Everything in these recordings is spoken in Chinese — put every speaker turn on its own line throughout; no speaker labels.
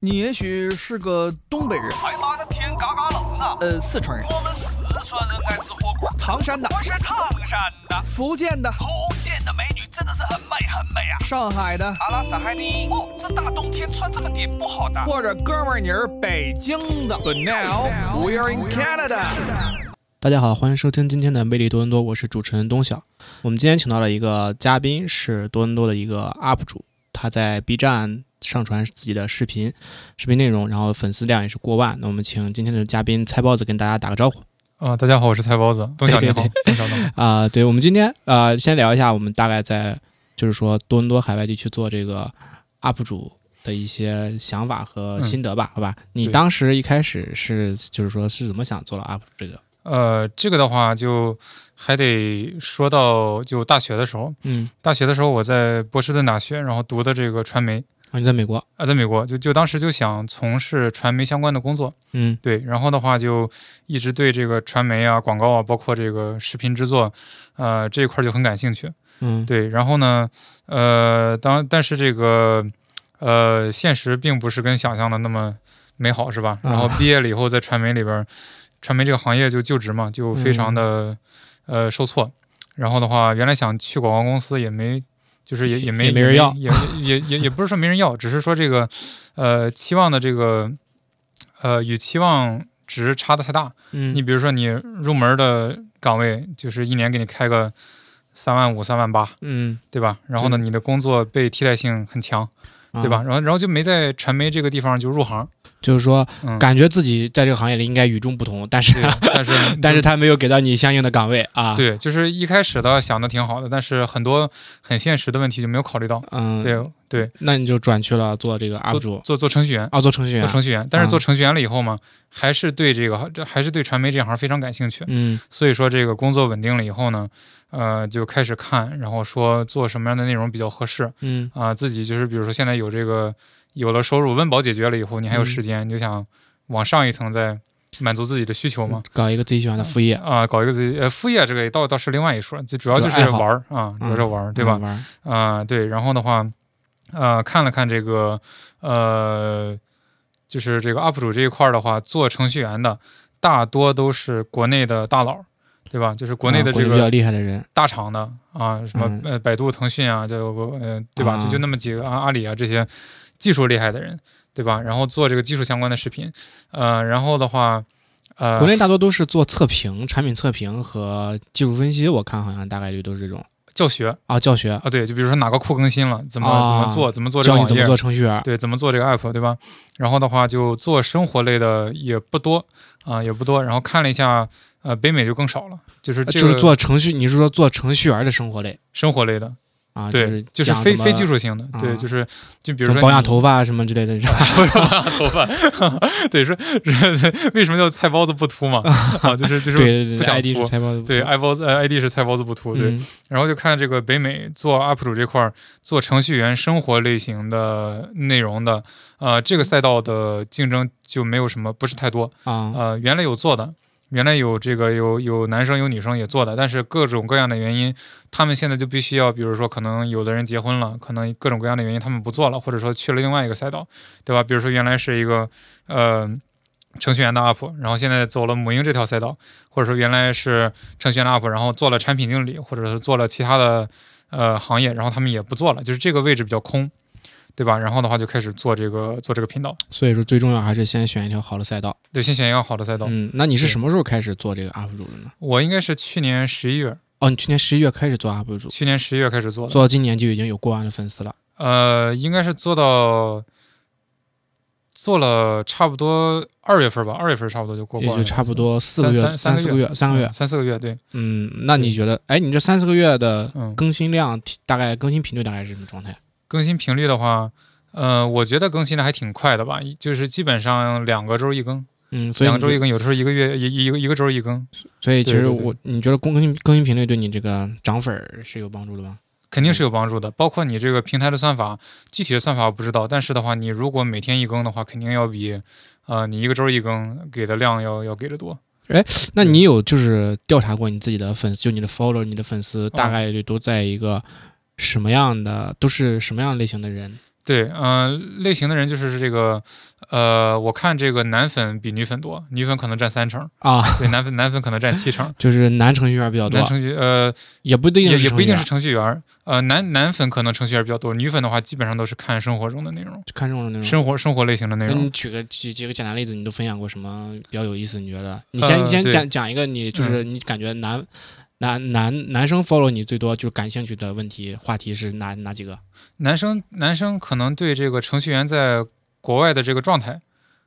你也许是个东北人，
哎妈，那天嘎嘎冷啊！
呃，四川人，
我们四川人爱吃火锅，
唐山的，
我是唐山的。
福建的，
福建的美女真的是很美很美啊！
上海的，
阿拉斯海尼，哦，这大冬天穿这么点不好的。
或者哥们儿你是北京的。But now we're in Canada。
大家好，欢迎收听今天的《魅力多伦多》，我是主持人东晓。我们今天请到了一个嘉宾，是多伦多的一个 UP 主，他在 B 站上传自己的视频、视频内容，然后粉丝量也是过万。那我们请今天的嘉宾菜包子跟大家打个招呼
啊、大家好，我是菜包子，东晓你
对对
好，东晓 你好。
啊、对我们今天呃，先聊一下我们大概在就是说多伦多海外地区做这个 UP 主的一些想法和
嗯
心得吧，好吧？你
对
当时一开始是就是说是怎么想做了 UP 主这个？
呃，这个的话就还得说到就大学的时候，
嗯，
大学的时候我在波士顿大学，然后读的这个传媒
啊，你在美国？
啊、在美国就就当时就想从事传媒相关的工作，
嗯
对，然后的话就一直对这个传媒啊、广告啊，包括这个视频制作，呃这一块儿就很感兴趣，
嗯，
对，然后呢，呃，当但是这个呃，现实并不是跟想象的那么美好，是吧？然后
啊
毕业了以后，在传媒里边儿，传媒这个行业就就职嘛，就非
嗯
常的、呃受挫。然后的话，原来想去广告公司也没。就是也也没
也没人要
也也也也不是说没人要，只是说这个，呃，期望的这个，呃，与期望值差的太大，
嗯，
你比如说你入门的岗位，就是一年给你开个三万五、三万八，
嗯，
对吧？然后呢，你的工作被替代性很强，
啊
对吧？？然后然后就没在传媒这个地方就入行，
就是说，
嗯，
感觉自己在这个行业里应该与众不同，但是
对，但是
但是他没有给到你相应的岗位啊。，
嗯对，就是一开始的想的挺好的，但是很多很现实的问题就没有考虑到，
嗯，
对，对，
那你就转去了做这个 UP
做
主，
做做程序员。
啊，做程序员
做。程序员，但是
啊
做程序员了以后嘛，还是对这个这还是对传媒这行非常感兴趣。
嗯
所以说这个工作稳定了以后呢，呃，就开始看，然后说做什么样的内容比较合适
嗯
啊、自己就是比如说现在有这个有了收入，温饱解决了以后，你还有
嗯
时间，你就想往上一层再满足自己的需求嘛。
嗯搞一个自己喜欢的副业，
啊、搞一个自己呃副业，这个也倒倒是另外一说，就主要
主
就
要
是
爱好
玩儿啊，主要是玩儿，对吧
嗯？玩儿
啊、对，然后的话，呃，看了看这个呃，就是这个 UP 主这一块儿的话，做程序员的大多都是国内的大佬，对吧？就是国内
啊
的这
比较
个呃
厉害的人，
大厂的啊，什么
嗯
呃百度、腾讯啊，就呃对吧？就
啊
就那么几个啊，阿里啊这些技术厉害的人，对吧？然后做这个技术相关的视频，呃，然后的话，呃，
国内大多都是做测评、产品测评和技术分析，我看好像大概率都是这种
教学
啊，教学
啊，对，就比如说哪个库更新了，怎么、怎
啊
么做，怎么做这个
教你
网
怎
页
么，做程序员，
对，怎么做这个 app，对吧？然后的话，就做生活类的也不多啊、也不多。然后看了一下，呃，北美就更少了，就是
呃
这
就是
个
做程序，你是说做程序员的生活类
生活类的，
啊？
对，
就
就是
讲
非
怎么
非技，术性的，
啊
对，就是就比
比
如说
保养
你
头发什么之 类的，是吧
头发， 对，说为什么叫菜包子不秃嘛？啊，就是就是
对对对
不想
，ID 是
秃
财报，
对，爱包子呃 ID 是菜包子不秃，对。
嗯，
然后就看这个北美做 UP 主这块儿，做程序员生活类型的内容的，呃，这个赛道的竞争就没有什么，不是太多。
啊，
呃，原来有做的，原来有这个有有男生有女生也做的，但是各种各样的原因，他们现在就必须要，比如说可能有的人结婚了，可能各种各样的原因他们不做了，或者说去了另外一个赛道，对吧？比如说原来是一个呃。程序员的 UP，然后现在走了母婴这条赛道，或者说原来是程序员的 UP，然后做了产品经理，或者是做了其他的呃行业，然后他们也不做了，就是这个位置比较空，对吧？然后的话就开始做这个做这个频道，
所以说最重要还是先选一条好的赛道。
对，先选一个好的赛道。
嗯，那你是
对
什么时候开始做这个 UP 主的呢？
我应该是去年十一月，
哦，你去年十一月开始做 UP 主，
去年十一月开始做的，
做到今年就已经有过万的粉丝了。
呃，应该是做到做了差不多二月份吧，二月份差不多就过
也
关了，
就差不多四
三
个月、
三
三
三
四
个
个月、三个月
嗯。三四个月，对，
嗯，那你觉得，哎，你这三四个月的
嗯
更新量，提大概更新频率大概是什么状态？
更新频率的话。呃，我觉得更新的还挺快的吧，就是基本上两个周一更，
嗯，所以
两
你
个周一
就
更，有的时候一个月一一个一个周一更，
所以其
对
实
对对
我你觉得更新更新频率对你这个涨粉儿是有帮助的吗？
肯定是有帮助的。包括你这个平台的算法，具体的算法我不知道，但是的话，你如果每天一更的话，肯定要比，呃，你一个周一更给的量要要给的多。
那你有就是调查过你自己的粉丝，就你的 follow，你的粉丝大概率都在一个什么样的，都是什么样类型的人？
对，嗯、类型的人就是这个，呃，我看这个男粉比女粉多，女粉可能占三成，
啊，。
对，男粉男粉可能占七成
就是男程序员 比较多
男，程序呃
也不一定
也
是
也
程
不一
序
定
员
是程序员儿，呃男男粉可能程序员比较多，女粉的话基本上都是看生活中的内容，
就看这种那种。
生活生活类型的内
那
容
你。举个举几个简单例子，你都分享过什么比较有意思？你觉得？你先、你先
呃对嗯
讲讲一个，你就是你感觉男、男男男生 follow 你最多，就是感兴趣的问题话题是哪哪几个？
男生男生可能对这个程序员在国外的这个状态，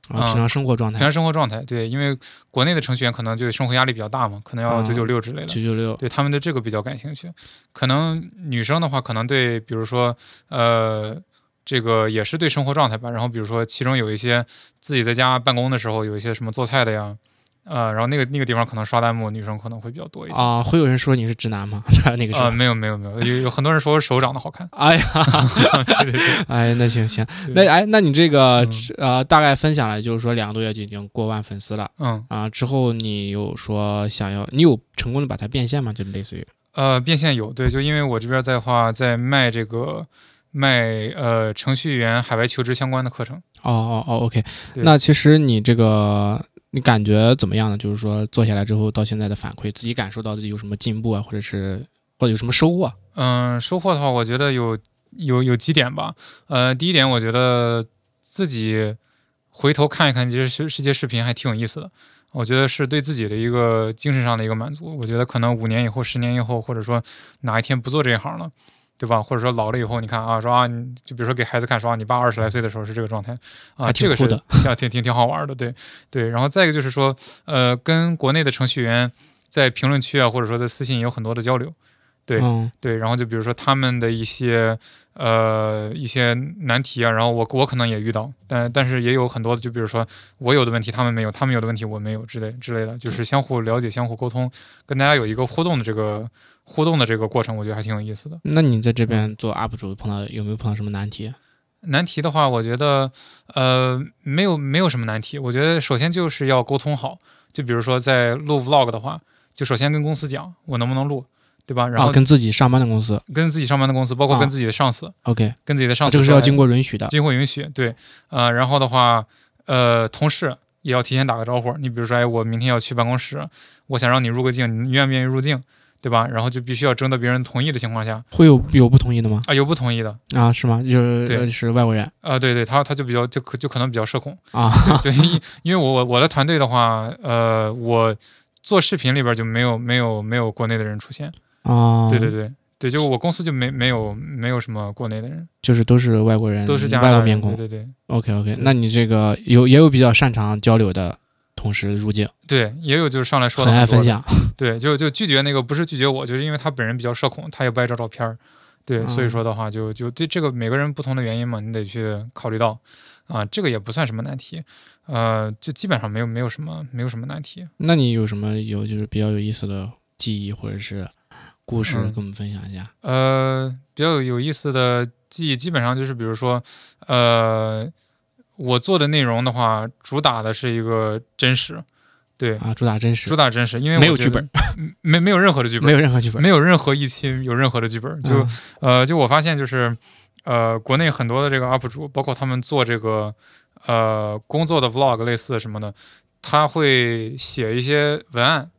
啊，平
啊
常生活状
平
态
常生活状态，对，因为国内的程序员可能就生活压力比较大嘛，可能要
啊
九九六之类的
九。九六
对他们对这个比较感兴趣。可能女生的话，可能对比如说呃，这个也是对生活状态吧。然后比如说其中有一些自己在家办公的时候，有一些什么做菜的呀，呃，然后那个那个地方可能刷弹幕，女生可能会比较多一些。
啊，会有人说你是直男吗？ 那个时候。，
呃，没有没有没有，有有很多人说我手长得好看
哎呀，
对对对
哎，那行行，
对
那哎，那你这个、
嗯
呃，大概分享了，就是说两个多月就已经过万粉丝了
嗯
啊、之后你有说想要，你有成功的把它变现吗？就类似于
呃，变现有对，就因为我这边在话在卖这个卖呃程序员海外求职相关的课程。
哦哦哦，OK。
对
那其实你这个你感觉怎么样呢？就是说做下来之后到现在的反馈，自己感受到自己有什么进步啊，或者是或者有什么收获啊？
嗯，收获的话，我觉得有有有几点吧。呃，第一点，我觉得自己回头看一看这些这些视频还挺有意思的。我觉得是对自己的一个精神上的一个满足。我觉得可能五年以后、十年以后，或者说哪一天不做这一行了，对吧？或者说老了以后，你看啊，说啊，你就比如说给孩子看，说啊，你爸二十来岁的时候是这个状态啊，
还
这
挺
个
酷
是
的
挺挺挺挺好玩的，对对。然后再一个就是说，呃，跟国内的程序员在评论区啊，或者说在私信也有很多的交流。对
嗯
对，然后就比如说他们的一些呃一些难题啊，然后我我可能也遇到，但但是也有很多，就比如说我有的问题他们没有，他们有的问题我没有之类之类的，就是相互了解、相互沟通，跟大家有一个互动的这个互动的这个过程，我觉得还挺有意思的。
那你在这边做 UP 主碰到有没有碰到什么难题？
难题的话，我觉得呃没有没有什么难题，我觉得首先就是要沟通好，就比如说在录 vlog 的话，就首先跟公司讲我能不能录，对吧？然
啊，
后
跟自己上班的公司
跟自己上班的公司，包括
啊
跟自己的上司，
，OK，
跟自己的上司说，
这个是要经
哎
过允许的。
经过允许，对，呃，然后的话，呃，同事也要提前打个招呼。你比如说，哎，我明天要去办公室，我想让你入个境，你愿不愿意入境，对吧？然后就必须要征得别人同意的情况下，
会有有不同意的吗？
啊，有不同意的，
啊，是吗？就是
对
呃是外国人
啊，对对，他他就比较就可就可能比较社恐，
啊，
对，因因为我我我的团队的话，呃，我做视频里边就没有没有没有国内的人出现，
哦，
对对对。对，就我公司就没没有没有什么国内的人，
就是都是外国人，
都是加
嗯外
拿大人
国面孔。
对对对
OK OK，那你这个有也有比较擅长交流的同时入境，
对，也有就是上来说
很
的
爱
很多
分
的
享。
对，就就拒绝那个不是拒绝我，就是因为他本人比较社恐，他也不爱照照片儿。对，所以
嗯
说的话就就对这个每个人不同的原因嘛，你得去考虑到啊，这个也不算什么难题，呃，就基本上没有没有什么没有什么难题。
那你有什么有就是比较有意思的记忆或者是故事
嗯
跟我们分享一下？
呃，比较有意思的记忆，基本上就是比如说，呃，我做的内容的话，主打的是一个真实，对，
啊，主打真实
主，打真实，因为
没
我
有
觉
剧
得
本，
嗯没没有任何的剧
没
本，
有任何剧本，
没有任何一期有任何的剧本，就、
嗯
呃，就我发现就是，呃，国内很多的这个 UP 主，包括他们做这个呃工作的 Vlog 类似什么的，他会写一些文案，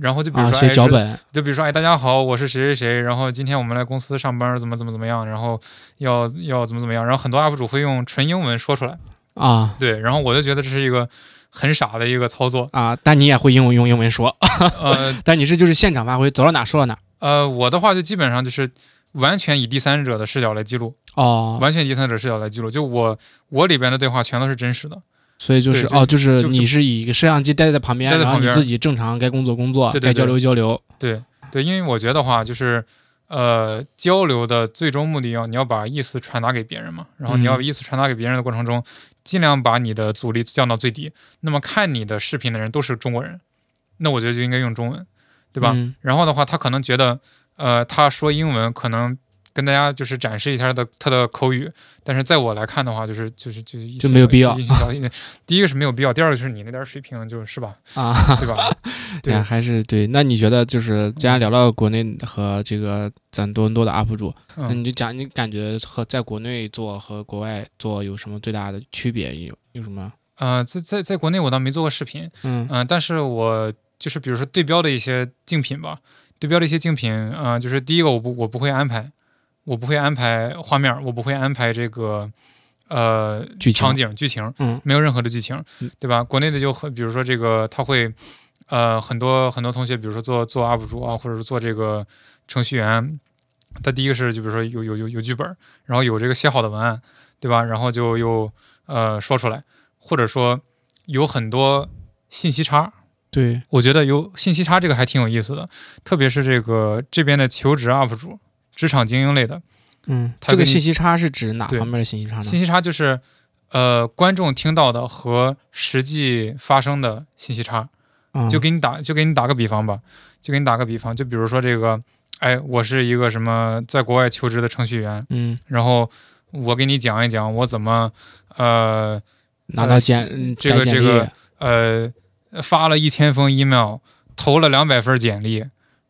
然后就比如
啊
说、
写
哎
脚
是
本
就比如说哎大家好，我是谁谁谁，然后今天我们来公司上班，怎么怎么怎么样，然后要要怎么怎么样，然后很多 UP 主会用纯英文说出来，
啊，
对，然后我就觉得这是一个很傻的一个操作
啊，但你也会英文用英文说，
呃
但你是就是现场发挥，走到哪说到哪。
呃，我的话就基本上就是完全以第三者的视角来记录。
哦，
完全以第三者视角来记录。就我我里边的对话全都是真实的，
所以就是
对就
哦，就是
就
你是以一个摄像机待在旁边，
待在
然后
旁
你
边
自己正常该工作工作，
对对
该
对
交流交流。
对对，因为我觉得话就是。呃，交流的最终目的要你要把意思传达给别人嘛，然后你要
嗯
意思传达给别人的过程中，尽量把你的阻力降到最低。那么看你的视频的人都是中国人，那我觉得就应该用中文，对吧？
嗯
然后的话，他可能觉得，呃，他说英文可能跟大家就是展示一下他的他的口语。但是在我来看的话，就是就是就是一
就没有必要
一小一第一个是没有必要，第二个就是你那点水平就是 吧，
啊，
对吧？对
哎呀还是对。那你觉得就是既然聊到国内和这个咱多伦多的 UP 主，那
嗯
你就讲你感觉和在国内做和国外做有什么最大的区别？有有什么？
呃，在在在国内我倒没做过视频，
嗯
嗯、但是我就是比如说对标的一些竞品吧，对标的一些竞品，啊、就是第一个我不我不会安排，我不会安排画面，我不会安排这个呃
剧情
场景剧情，
嗯
没有任何的剧情
嗯，
对吧？国内的就很，比如说这个他会。呃，很多很多同学，比如说做做 UP 主啊，或者是做这个程序员，他第一个是就比如说有有有有剧本儿，然后有这个写好的文案，对吧？然后就又呃说出来，或者说有很多信息差，
对，
我觉得有信息差这个还挺有意思的，特别是这个这边的求职 UP 主、职场精英类的
嗯，
他
这个
跟你
信息差是指哪
对
方面的信息差
信
呢？
息差，就是呃观众听到的和实际发生的信息差。
嗯
就给你打就给你打个比方吧，就给你打个比方，就比如说这个，哎，我是一个什么在国外求职的程序员，
嗯，
然后我给你讲一讲我怎么呃
拿到简嗯
这个
改简
这
历
个呃，发了一千封 email，投了两百份简历，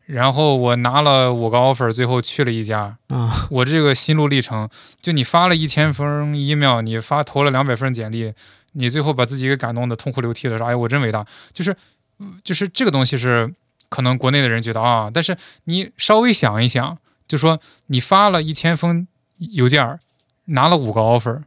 然后我拿了五个 offer，最后去了一家。
啊，
我这个心路历程，就你发了一千封 email，你发投了两百份简历，你最后把自己给感动的痛哭流涕的说：“哎呀，我真伟大！”就是，就是这个东西是可能国内的人觉得啊，但是你稍微想一想，就说你发了一千封邮件儿，拿了五个 offer，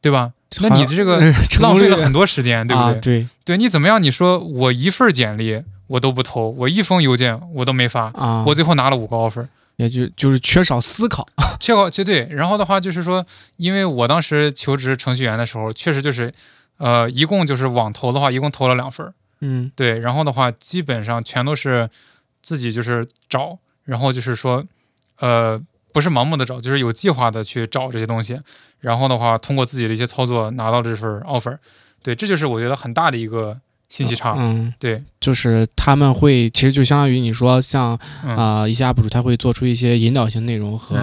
对吧？ 那你这个
成
浪
功
费
率
了很多时间，对不
啊，
对？
对
对你怎么样？你说我一份简历我都不投，我一封邮件我都没发，
啊，
我最后拿了五个 offer，
也就就是缺少思考，
结果就对。然后的话就是说，因为我当时求职程序员的时候，确实就是，呃，一共就是网投的话，一共投了两份儿，
嗯
对。然后的话，基本上全都是自己就是找，然后就是说，呃，不是盲目的找，就是有计划的去找这些东西。然后的话，通过自己的一些操作拿到这份 offer，对，这就是我觉得很大的一个信息差，
嗯，
对，
就是他们会其实就相当于你说像
嗯。
啊、一些 UP 主他会做出一些引导性内容和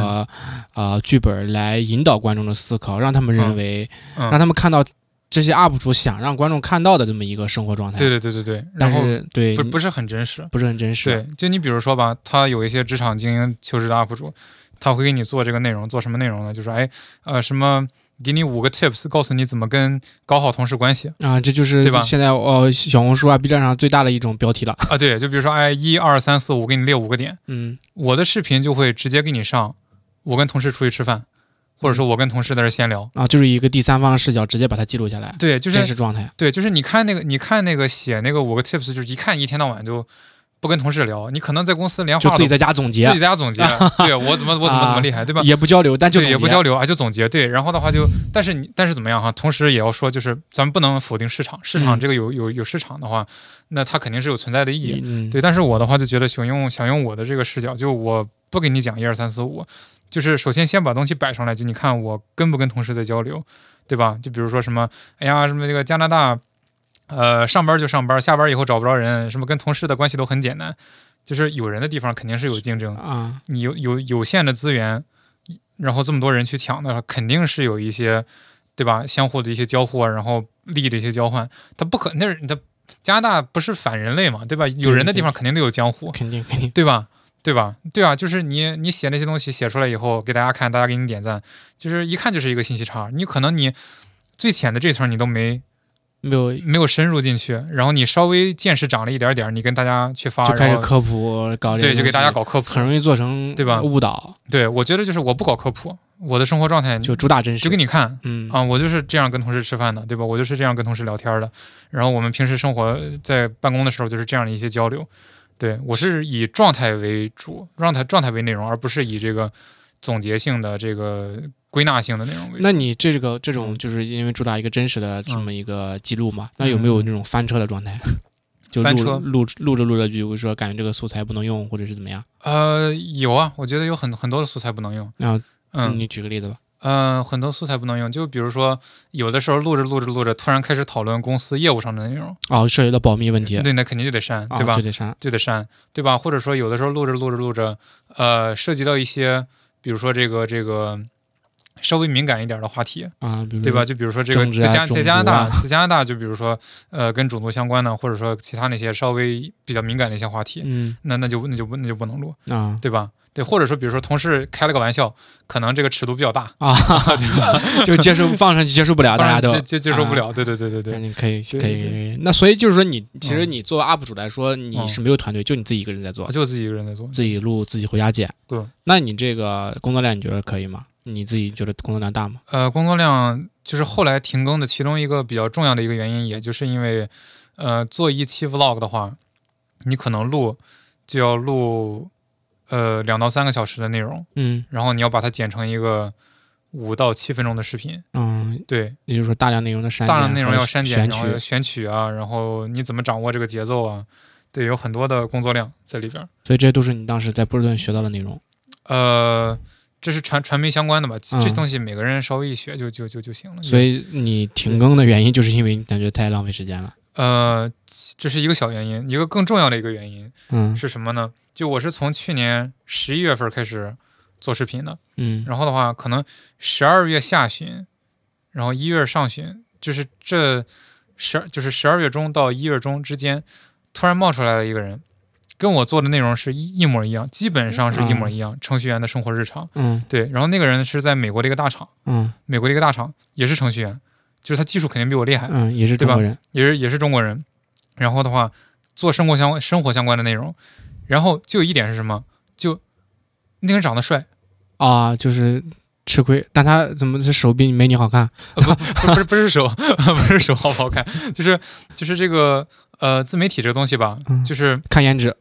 啊、剧本来引导观众的思考，让他们认
嗯
为，
嗯
让他们看到这些 UP 主想让观众看到的这么一个生活状态。
对对对对对，
但
然后
是对
不
你
不是很真实。
不是很真实。
对，就你比如说吧，他有一些职场精英求职的 UP 主，他会给你做这个内容，做什么内容呢？就说哎，呃，什么给你五个 tips，告诉你怎么跟搞好同事关系
啊、这就是
对吧
现在呃小红书啊 B 站上最大的一种 标题了。
啊。对，就比如说哎，一二三四五，给你列五个点。
嗯
我的视频就会直接给你上，我跟同事出去吃饭，或者说我跟同事在这闲聊。
啊，就是一个第三方视角直接把它记录下来，
对，就
真实
是
状态。
对，就是你看那个，你看那个写那个五个 tips，就是一看一天到晚就不跟同事聊，你可能在公司连
就
话
自
都
己在家总结
自己，在家总 结，对我怎么我怎么怎么厉害，对吧？
也不交流，但就
对，也
总
不
结
交流啊，就总结对，然后的话就，但是你但是怎么样哈、同时也要说，就是咱们不能否定市场，市场
嗯
这个有有有市场的话，那它肯定是有存在的意义。
嗯，
对，但是我的话就觉得想用想用我的这个视角，就我不给你讲一二三四五，就是首先先把东西摆上来，就你看我跟不跟同事在交流，对吧？就比如说什么，哎呀，什么这个加拿大，呃，上班就上班，下班以后找不着人，什么跟同事的关系都很简单，就是有人的地方肯定是有竞争，
啊，
你有有有限的资源，然后这么多人去抢的话，肯定是有一些，对吧？相互的一些交互啊，然后利益的一些交换，它不可那是它加拿大不是反人类嘛，对吧？有人的地方肯定得有江湖，
肯定肯定。
对吧？对吧？对啊，就是你你写那些东西写出来以后给大家看，大家给你点赞，就是一看就是一个信息差。你可能你最浅的这层你都没
没有
没有深入进去，然后你稍微见识长了一点点儿，你跟大家去发，
就
啊
开
然
始
后
科普搞这
对，
个
就给大家
东西，
搞科普，
很容易做成
对吧
误导，
对，我觉得就是我不搞科普，我的生活状态
就主打真实。
嗯就给你看
嗯
啊、我就是这样跟同事吃饭的，对吧？我就是这样跟同事聊天的，然后我们平时生活呃在办公的时候就是这样的一些交流。对我是以状态为主，状态状态为内容，而不是以这个总结性的这个归纳性的内容为主。
那你这个这
嗯
种就是因为主打一个真实的这么一个记录嘛？那有没有那种翻车的状态？就
嗯
录
翻车
录录着录着，比如说感觉这个素材不能用，或者是怎么样？
呃，有啊，我觉得有很很多的素材不能用。
那
嗯
你举个例子吧。
嗯、呃很多素材不能用，就比如说有的时候录着录着录着，突然开始讨论公司业务上的内容，
哦，涉及到保密问题，
对，那肯定就得删，
啊
对吧？
就得删。
就得删，对吧？或者说有的时候录着录着录着，呃，涉及到一些比如说这个这个稍微敏感一点的话题，
啊，比如
对吧？
说？
就比如说这个
政治啊
在加在加拿
种
大，在加拿大就比如说呃跟种族相关的，或者说其他那些稍微比较敏感的一些话题，
嗯
那那就那就不那就不能录，
啊
对吧？对，或者说比如说同事开了个玩笑，可能这个尺度比较大，
啊，就接受放上去接受不了，啊大
当
家
然
都
接接接受不。
啊
了。对对对对对
那，你可以可
对
以
对
可以，那所以就是说你其实
嗯
你作为 UP 主来说，你
嗯
是没有团队，就你自己一个人在做
我，就自己一个人在做。
自己录自己回家剪。
对，
那你这个工作量你觉得可以吗？你自己觉得工作量大吗？
呃，工作量就是后来停更的其中一个比较重要的一个原因，也就是因为，呃，做一期 vlog 的话，你可能录就要录呃两到三个小时的内容，
嗯
然后你要把它剪成一个五到七分钟的视频，
嗯，
对，
也就是说大量内容的删减，
大量内容要删减，
选
然后要
取，
选取啊，然后你怎么掌握这个节奏啊，对，有很多的工作量在里边儿。
所以这些都是你当时在波士顿学到的内容。
呃，这是传传媒相关的吧？这这
嗯
东西每个人稍微一学就就就就行了。
所以你停更的原因就是因为你感觉太浪费时间了。
呃，这是一个小原因，一个更重要的一个原因
嗯
是什么呢？就我是从去年十一月份开始做视频的，
嗯
然后的话，可能十二月下旬，然后一月上旬，就是这十二就是十二月中到一月中之间，突然冒出来了一个人，跟我做的内容是一一模一样，基本上是一模一样，程序员的生活日常。
嗯
对，然后那个人是在美国的一个大厂，
嗯
美国的一个大厂也是程序员，就是他技术肯定比我厉害，
嗯，也是
对
中
吧
国人。
也是也是中国人。然后的话，做生活相生活相关的内容，然后就有一点是什么？就那个人长得帅，
啊，就是吃亏，但他怎么这手比没你好看？
不不是不是手， 不是手好不好看，就是就是这个呃自媒体这个东西吧
嗯，
就是
看颜值，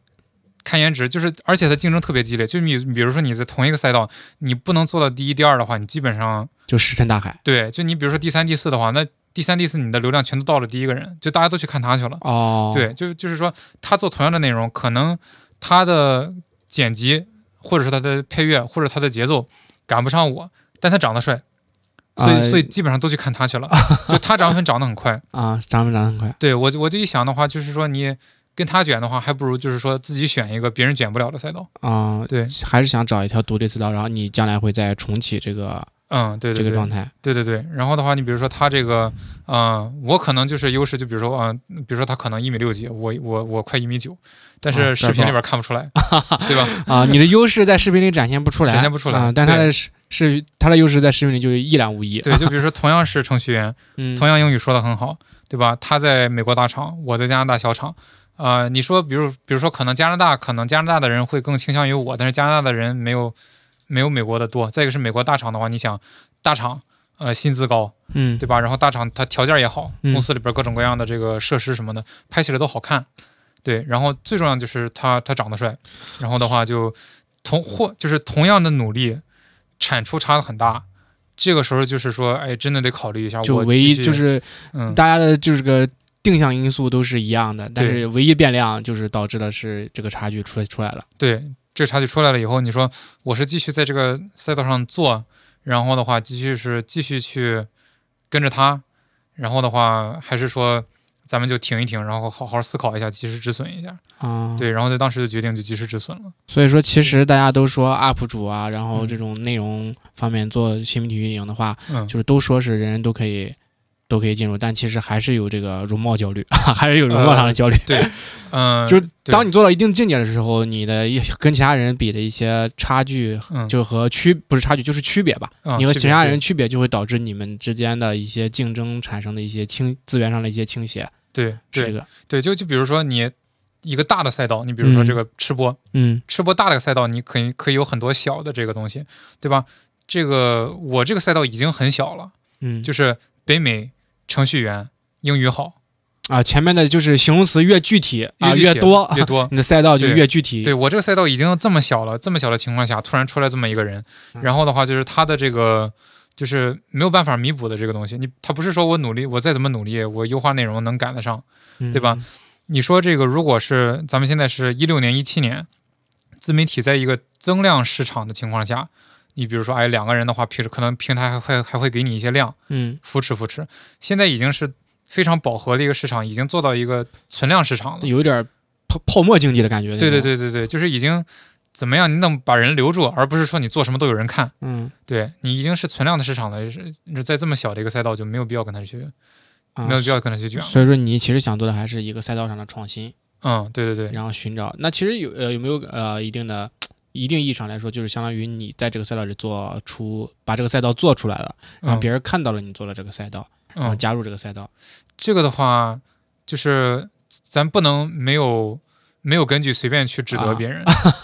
看颜值，就是而且它竞争特别激烈，就你比如说你在同一个赛道，你不能做到第一第二的话，你基本上
就石沉大海。
对，就你比如说第三第四的话，那第三第四你的流量全都到了第一个人，就大家都去看他去了。
哦，
对，就就是说，他做同样的内容，可能他的剪辑，或者是他的配乐，或者他的节奏赶不上我，但他长得帅，所以、
啊
所以基本上都去看他 去了。就他涨粉涨得很快，
啊，长得长得很快。
对我我这一想的话，就是说你跟他卷的话，还不如就是说自己选一个别人卷不了的赛道。
啊，
对，
还是想找一条独立赛道，然后你将来会再重启这个
嗯，对
这
对
个
对
状，态。
对对对。然后的话，你比如说他这个，嗯、我可能就是优势，就比如说，嗯、比如说他可能一米六几，我我我快一米九，但
啊
是视
这
频
倒
里边看不出 来，对吧？
啊，你的优势在视频里展现不出来，
展现不出来
啊，但他的是是他的优势在视频里就一览无遗。
对，就比如说同样是程序员，
嗯，
同样英语说的很好，对吧？他在美国大厂，我在加拿大小厂。呃，你说，比如，比如说，可能加拿大，可能加拿大的人会更倾向于我，但是加拿大的人没有没有美国的多。再一个是美国大厂的话，你想大厂，呃，薪资高，
嗯
对吧？然后大厂它条件也好，
嗯
公司里边各种各样的这个设施什么的，拍起来都好看。对，然后最重要就是他他长得帅，然后的话就同或就是同样的努力，产出差的很大。这个时候就是说，哎，真的得考虑一下。
就
我
唯
继
一
续
就是
嗯，
大家的就是个。定向因素都是一样的，但
对
是唯一变量就是导致的是这个差距出出来了。
对，这个差距出来了以后，你说我是继续在这个赛道上做，然后的话继续是继续去跟着他，然后的话还是说咱们就停一停，然后好好思考一下，及时止损一下。
啊，
对，然后就当时就决定就及时止损了。
所以说，其实大家都说 UP 主啊，然后
嗯
这种内容方面做新媒体运营的话，
嗯，
就是都说是人人都可以都可以进入，但其实还是有这个容貌焦虑， 还是有容貌
呃
上的焦虑。
对，嗯，
就是
对
当你做到一定境界的时候，你的一跟其他人比的一些差距，
嗯
就和区不是差距，就是区别吧。
嗯
你和
区
其
别
他
对
人区别，就会导致你们之间的一些竞争产生的一些倾资源上的一些倾斜。
对
是这
对
个，
对，就就比如说你一个大的赛道，你比如说这
嗯
个吃播，
嗯
吃播大的赛道，你可以可以有很多小的这个东西，对吧？这个我这个赛道已经很小了，
嗯，
就是北美程序员英语好，
啊，前面的就是形容词越具体啊
具体
多。
越多
你的赛道就
对
越具体。
对我这个赛道已经这么小了，这么小的情况下，突然出来这么一个人，然后的话就是他的这个就是没有办法弥补的这个东西，你他不是说我努力，我再怎么努力，我优化内容能赶得上，
嗯
对吧？你说这个，如果是咱们现在是一六年、一七年，自媒体在一个增量市场的情况下，你比如说，哎，两个人的话，平时可能平台还会还会给你一些量
嗯
扶持扶持。现在已经是非常饱和的一个市场，已经做到一个存量市场了。
有一点泡泡沫经济的感觉。
对对
那种，
对对对，就是已经怎么样你能把人留住，而不是说你做什么都有人看。
嗯，
对你已经是存量的市场了，是是在这么小的一个赛道就没有必要跟他去，
啊
没有必要跟他去卷了。
所以说你其实想做的还是一个赛道上的创新，
嗯，对对对，
然后寻找。那其实有呃有没有呃一定的一定意义上来说，就是相当于你在这个赛道里做出把这个赛道做出来了，让
嗯
别人看到了你做了这个赛道，然后
嗯，
加入这个赛道。
这个的话就是咱不能没有没有根据随便去指责
啊
别人，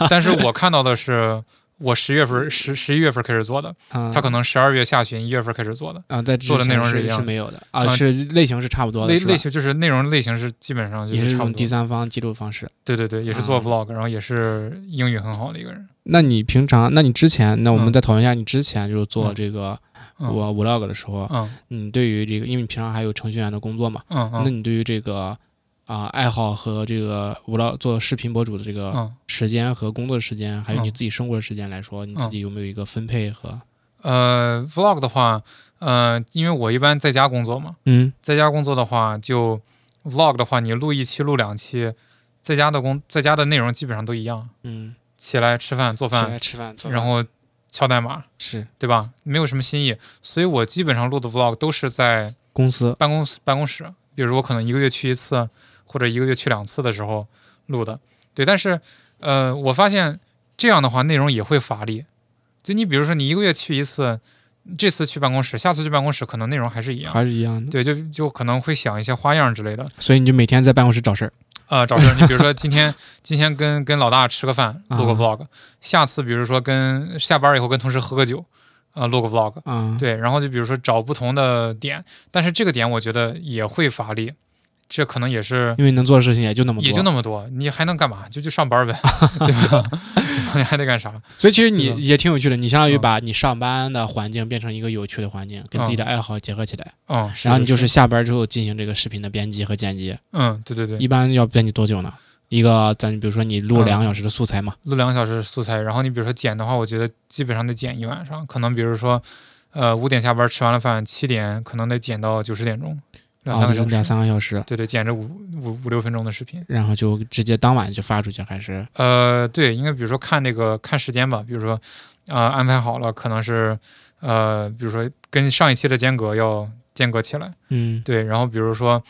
但是我看到的是。我十月份、十十一月份开始做的，
嗯，
他可能十二月下旬、一月份开始做的，
啊在之
做的内
前
容是一
是
样
是
的
没有的啊，
啊
是类型是差不多的，
类
是吧
类型就是内容类型是基本上就
也是
差不
用第
多。
三方记录方式。
对对对，也是做
啊
vlog，、然后也是英语很好的一个人。
那你平常，那你之前，那我们
嗯
再讨论一下，你之前就是做
嗯
这个
嗯
我 vlog 的时候，
嗯
你对于这个，因为你平常还有程序员的工作嘛，
嗯
那
嗯
你对于这个啊、爱好和这个 vlog 做视频博主的这个
嗯，
时间和工作的时间，还有你
嗯
自己生活的时间来说，你自己有没有一个分配和
呃，vlog 的话，呃，因为我一般在家工作嘛，
嗯
在家工作的话，就 vlog 的话，你录一期、录两期，在家的工在家的内容基本上都一样，
嗯，
起来吃饭、做
起
饭，
来吃饭，做饭
然后敲代码，
是
对吧？没有什么新意，所以我基本上录的 vlog 都是在
公司
办公室办公室，比如我可能一个月去一次，或者一个月去两次的时候录的。对，但是呃，我发现这样的话内容也会乏力。就你比如说你一个月去一次，这次去办公室，下次去办公室可能内容还是一样。
还是一样的，
对，就就可能会想一些花样之类的。
所以你就每天在办公室找事儿，
呃，找事儿，你比如 说今天今天跟跟老大吃个饭，录个
啊
vlog；下次比如说跟下班以后跟同事喝个酒，啊、录个 vlog。
啊、嗯，
对，然后就比如说找不同的点，但是这个点我觉得也会乏力，这可能也是
因为能做的事情也就那么多，
也就那么多，你还能干嘛？就去上班呗， 对吧？ 你还得干啥？
所以其实你
对吧
也挺有趣的，你相当于
嗯
把你上班的环境变成一个有趣的环境，跟自己的爱好结合起来，
嗯，是
然后你就是是下班之后进行这个视频的编辑和剪辑。
嗯，对对对，
一般要编辑多久呢？一个咱比如说你录
嗯
两个小时的素材嘛，
录两个小时素材，然后你比如说剪的话，我觉得基本上得剪一晚上，可能比如说呃五点下班吃完了饭，七点可能得剪到九十点钟，
然
两三
后哦啊就
个小时，
是两三个小时，
对对，剪这五五五六分钟的视频。
然后就直接当晚就发出去，还是
呃，对，应该比如说看这个看时间吧，比如说，呃，安排好了，可能是，呃，比如说跟上一期的间隔要间隔起来，
嗯
对，然后比如说，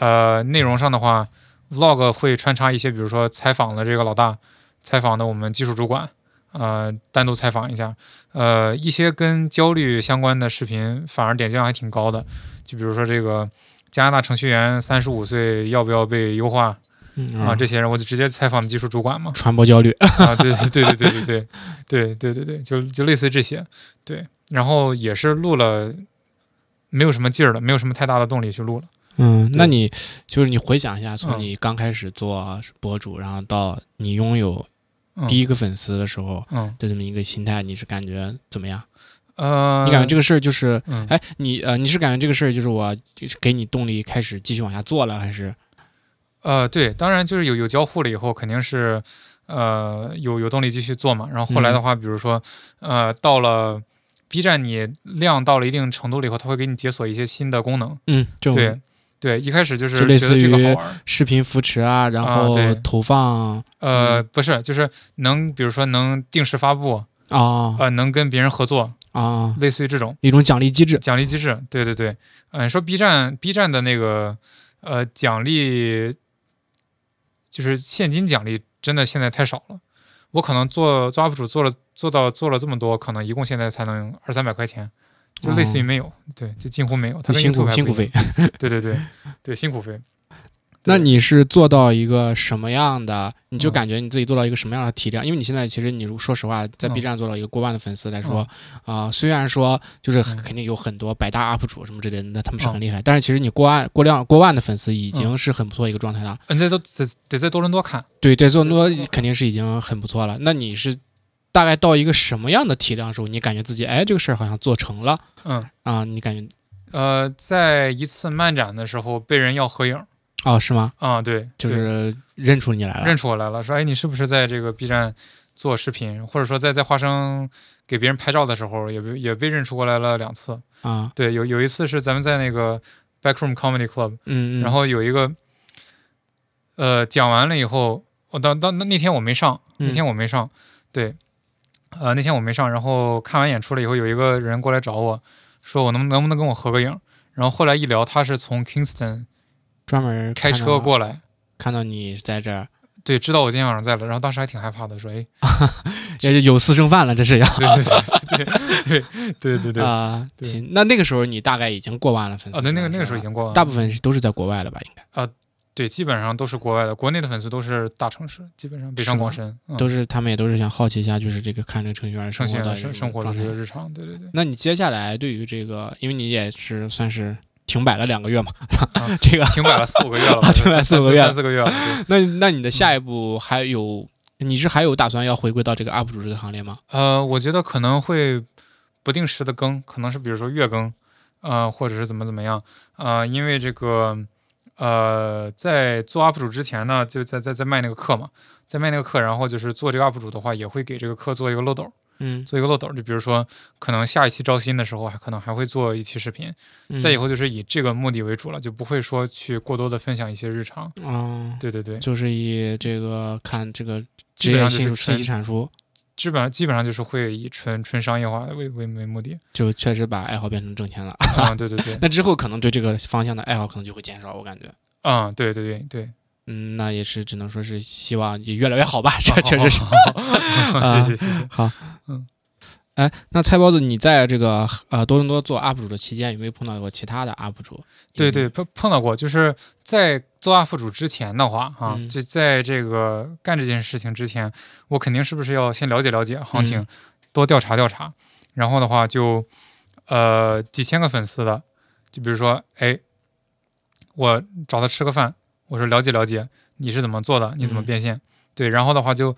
呃，内容上的话，vlog 会穿插一些，比如说采访了这个老大，采访的我们技术主管，呃，单独采访一下，呃，一些跟焦虑相关的视频反而点击量还挺高的，就比如说这个加拿大程序员三十五岁要不要被优化
嗯
啊、这些人，我就直接采访技术主管嘛。
传播焦虑，
啊，对对对对对对对对对对对，就就类似于这些，对，然后也是录了，没有什么劲儿了，没有什么太大的动力去录了。
嗯，
对
那你就是你回想一下，从
嗯
你刚开始做博主，然后到你拥有
嗯、
第一个粉丝的时候
嗯
的这么一个心态，你是感觉怎么样？
呃，
你感觉这个事儿就是
嗯
哎，你呃，你是感觉这个事儿就是我就是给你动力开始继续往下做了，还是
呃对，当然就是有有交互了以后，肯定是呃有有动力继续做嘛。然后后来的
嗯
话，比如说呃到了 B 站，你量到了一定程度了以后，它会给你解锁一些新的功能，
嗯，这种
对。对，一开始就是
就类
觉得
似
这个
于
好玩儿，
视频扶持啊，然
啊
后
对
投放
呃，
嗯
不是，就是能，比如说能定时发布，
啊
呃，能跟别人合作，
啊，
类似于这种
一种奖励机制
奖励机制。对对对，嗯、你说 B 站 B 站的那个呃奖励，就是现金奖励，真的现在太少了。我可能做做 UP 主做了做到做了这么多，可能一共现在才能二三百块钱，就类似于
哦
没有，对，就近乎没有。他
辛苦辛苦费。。
对对对对，辛苦费。
那
对
你是做到一个什么样的？你就
嗯
感觉你自己做到一个什么样的体量？因为你现在其实你如说实话，在
嗯
B 站做到一个过万的粉丝来说，啊、虽然说就是很
嗯
肯定有很多百大 UP 主什么之类的，那他们是
嗯
很厉害，但是其实你过万过量过万的粉丝已经是很不错一个状态了。
嗯，这都得得在多伦多看。
对对，做多肯定是已经很不错了。那你是大概到一个什么样的体量的时候，你感觉自己哎这个事儿好像做成了
嗯，
啊、你感觉
呃，在一次漫展的时候被人要合影
哦是吗？
啊、对，
就
对
是认出你来了
认出我来了，说：“哎，你是不是在这个 B 站做视频，或者说在在花生给别人拍照的时候，也被也被认出过来了两次？
啊，
对，有有一次是咱们在那个
嗯
Backroom Comedy Club，
嗯嗯，
然后有一个呃讲完了以后，我当当那那天我没上，
嗯
那天我没上，对，呃，那天我没上，然后看完演出了以后，有一个人过来找我说我能能不能跟我合个影，然后后来一聊，他是从 Kingston
专门
开
看
车
到
过来，
看到你在这儿，
对，知道我今天晚上在了，然后当时还挺害怕的，说哎，
也有私生饭了，这是要
对对对对对对对，啊，
啊。
对哦
挺那那个时候你大概已经过万了粉丝
对，那个
是吧
那个时候已经过完了，
大部分是都是在国外的吧，应该
对，基本上都是国外的，国内的粉丝都是大城市，基本上北
是
上
吗
广深，嗯、
都是他们也都是想好奇一下，就是这个看这个程序员的
程
生
序
活
员
到
的
底是
生
什
生
么
活的
状
这
态
个。日常，对对对。
那你接下来对于这个，因为你也是算是停摆了两个月嘛，
啊
这个，
停摆了四五个月了 吧，
停摆
三
四五个月
三四个月了。对
那那你的下一步还有，你是还有打算要回归到这个 UP 主这个行列吗？
呃，我觉得可能会不定时的更，可能是比如说月更，呃，或者是怎么怎么样，呃，因为这个，呃，在做 UP 主之前呢，就在在在卖那个课嘛，在卖那个课，然后就是做这个 UP 主的话，也会给这个课做一个漏斗，
嗯，
做一个漏斗，就比如说可能下一期招新的时候，还可能还会做一期视频，再以
后，
后就是以这个目的为主了，就不会说去过多的分享一些日常。
嗯，
对对对，
就是以这个看这个
基
职
本
业
上就
技
是
术信
纯
息产出，
基本上基本上就是会以纯纯商业化为为为目的。
就确实把爱好变成挣钱了。
啊，对对 对，
那之后可能对这个方向的爱好可能就会减少，我感觉。
啊，对对对对，
嗯，那也是只能说是希望也越来越好吧，这
啊
确实是。
好好好 好嗯谢谢谢谢。
哎，那菜包子，你在这个呃多伦多做 UP 主的期间，有没有碰到过其他的 UP 主？
对
嗯
对，，碰碰到过，就是在做 UP 主之前的话，啊
嗯，
就在这个干这件事情之前，我肯定是不是要先了解了解行情
嗯，
多调查调查，然后的话就呃几千个粉丝的，就比如说，哎，我找他吃个饭，我说了解了解你是怎么做的，你怎么
嗯
变现，对，然后的话就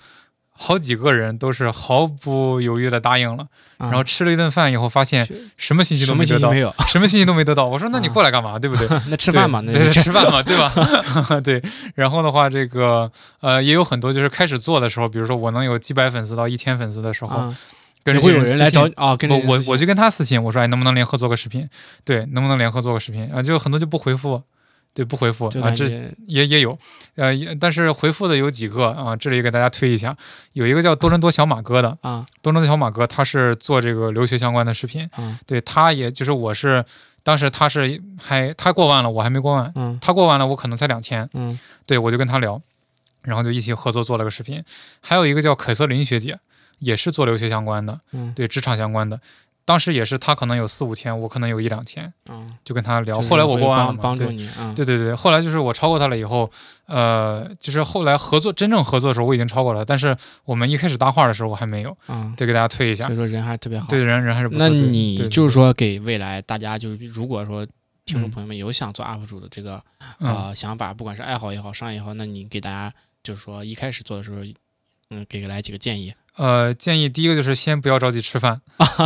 好几个人都是毫不犹豫的答应了，
啊
然后吃了一顿饭以后发现
是
什么信息都
什么
没
信
得
息
到
没。有？
什么信息都没得到，我说那你
啊
过来干嘛，对不对？
那 吃饭嘛，那
对对
就
吃饭嘛， 对吧？对，然后的话，这个呃，也有很多就是开始做的时候，比如说我能有几百粉丝到一千粉丝的时候，
啊，
跟
也
着
会有人来找你啊，跟着
我，
人
我
私
我
信
就跟他私信，我说哎，能不能联合做个视频？对，能不能联合做个视频？啊、就很多就不回复，对，不回复
就
啊，
感
这
觉
也也有，呃，也但是回复的有几个啊，这里给大家推一下，有一个叫多伦多小马哥的，
啊
多伦多小马哥他是做这个留学相关的视频，
啊
对，他也就是我是当时他是还他过万了，我还没过万。
嗯
他过完了，我可能才两千，
嗯
对我就跟他聊，然后就一起合作做了个视频。还有一个叫凯瑟琳学姐，也是做留学相关的，
嗯
对职场相关的。当时也是她可能有四五千，我可能有一两千，
嗯，
就跟她聊。
就是
后来我
会
过完了
帮
嘛
帮助
对
你啊，
对对对，后来就是我超过她了以后，呃，就是后来合作真正合作的时候我已经超过了，但是我们一开始搭话的时候我还没有，
啊，
对，给大家推一下
所以，说人还是特别好。
对人人还是不错。
那
对
你
对
就是
对
说给未来大家，就是如果说听众
嗯
朋友们有想做 UP 主的这个
嗯
啊想法，不管是爱好也好，商业也好，那你给大家就是说一开始做的时候，嗯，给来几个建议，
呃，建议第一个就是先不要着急吃 饭，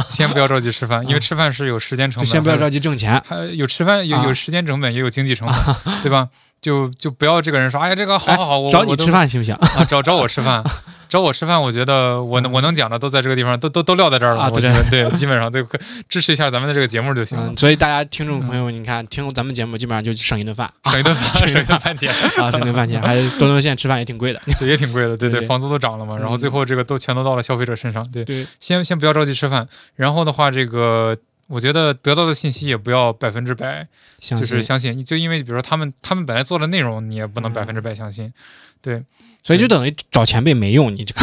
先不要着急吃饭，因为吃饭是有时间成
嗯就
本，
先不要
还有
着急挣钱。
还有吃饭有有
啊
时间成本，也有经济成本，对吧？就就不要这个人说，哎呀，这个好好好，我
找
我
你
都
吃饭行不行？
啊，找找我吃饭，找我吃饭，我觉得我能我能讲的都在这个地方，都都都撂在这儿了，
啊
我觉
对
得 对，基本上都可支持一下咱们的这个节目就行了
嗯，，所以大家听众朋友们，你看听咱们节目基本上就省一顿饭
省一顿 饭，
省一
省一顿
顿
饭钱，
啊，省一顿饭钱，还多伦多现在吃饭也挺贵的。
对，也挺贵的，对
对
对，
对
房租都涨了嘛，然后最
嗯
后这个都全都到了消费者身上， 对，
对，
先先不要着急吃饭，然后的话，这个我觉得得到的信息也不要百分之百。
相
就是
信。
相信，就因为比如说他们他们本来做的内容，你也不能
嗯
百分之百相信。
所以就等于找前辈没用，你这个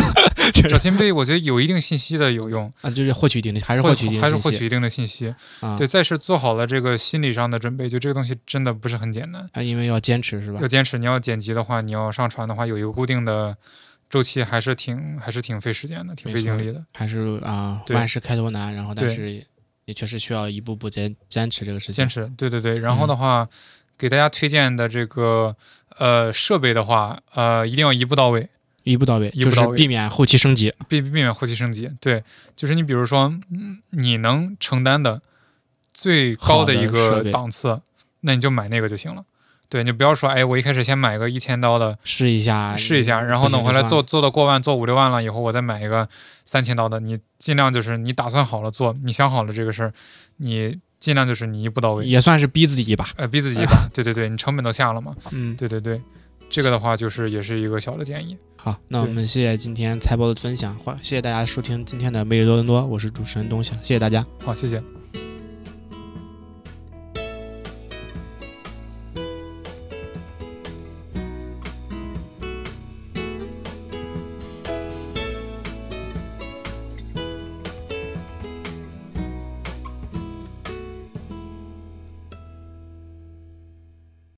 找前辈，我觉得有一定信息的有用，
啊，就是获取一定的，还是
或
获取一定
还
的
是
信
获
息
取一定的信息。
啊，
对，再是做好了这个心理上的准备，就这个东西真的不是很简单，
啊，因为要坚持是吧
要？坚持。你要剪辑的话，你要上传的话，有一个固定的周期，还是挺还是挺费时间的，挺
没
费精
错
力的。
还是啊，
对
万事开头难，然后但
对
是也确实需要一步步坚坚持这个事情
坚。持，对对对。
嗯
然后的话，给大家推荐的这个呃设备的话，呃一定要一步到位。
一步到位，
一
就
步到
是
位
避免后期升级。
避避免后期升级。对，就是你比如说，嗯你能承担的最高
好的
一
设
个
备
档次，那你就买那个就行了。对，你就不要说，哎，我一开始先买个一千刀的
试一下，
试一下，
嗯
然后呢，
不行
我回
就
来
算
做
了
做到过万，做五六万了以后，我再买一个三千刀的。你尽量就是你打算好了做，你想好了这个事儿，你尽量就是你一步到位，
也算是逼自己一把。
呃，逼自己一把。对对对，你成本都下了嘛。
嗯，
对对对，这个的话就是也是一个小的建议。
好，那我们谢谢今天财报的分享，欢谢谢大家收听今天的《魅力多伦多》，我是主持人东晓，谢谢大家。
好，谢谢。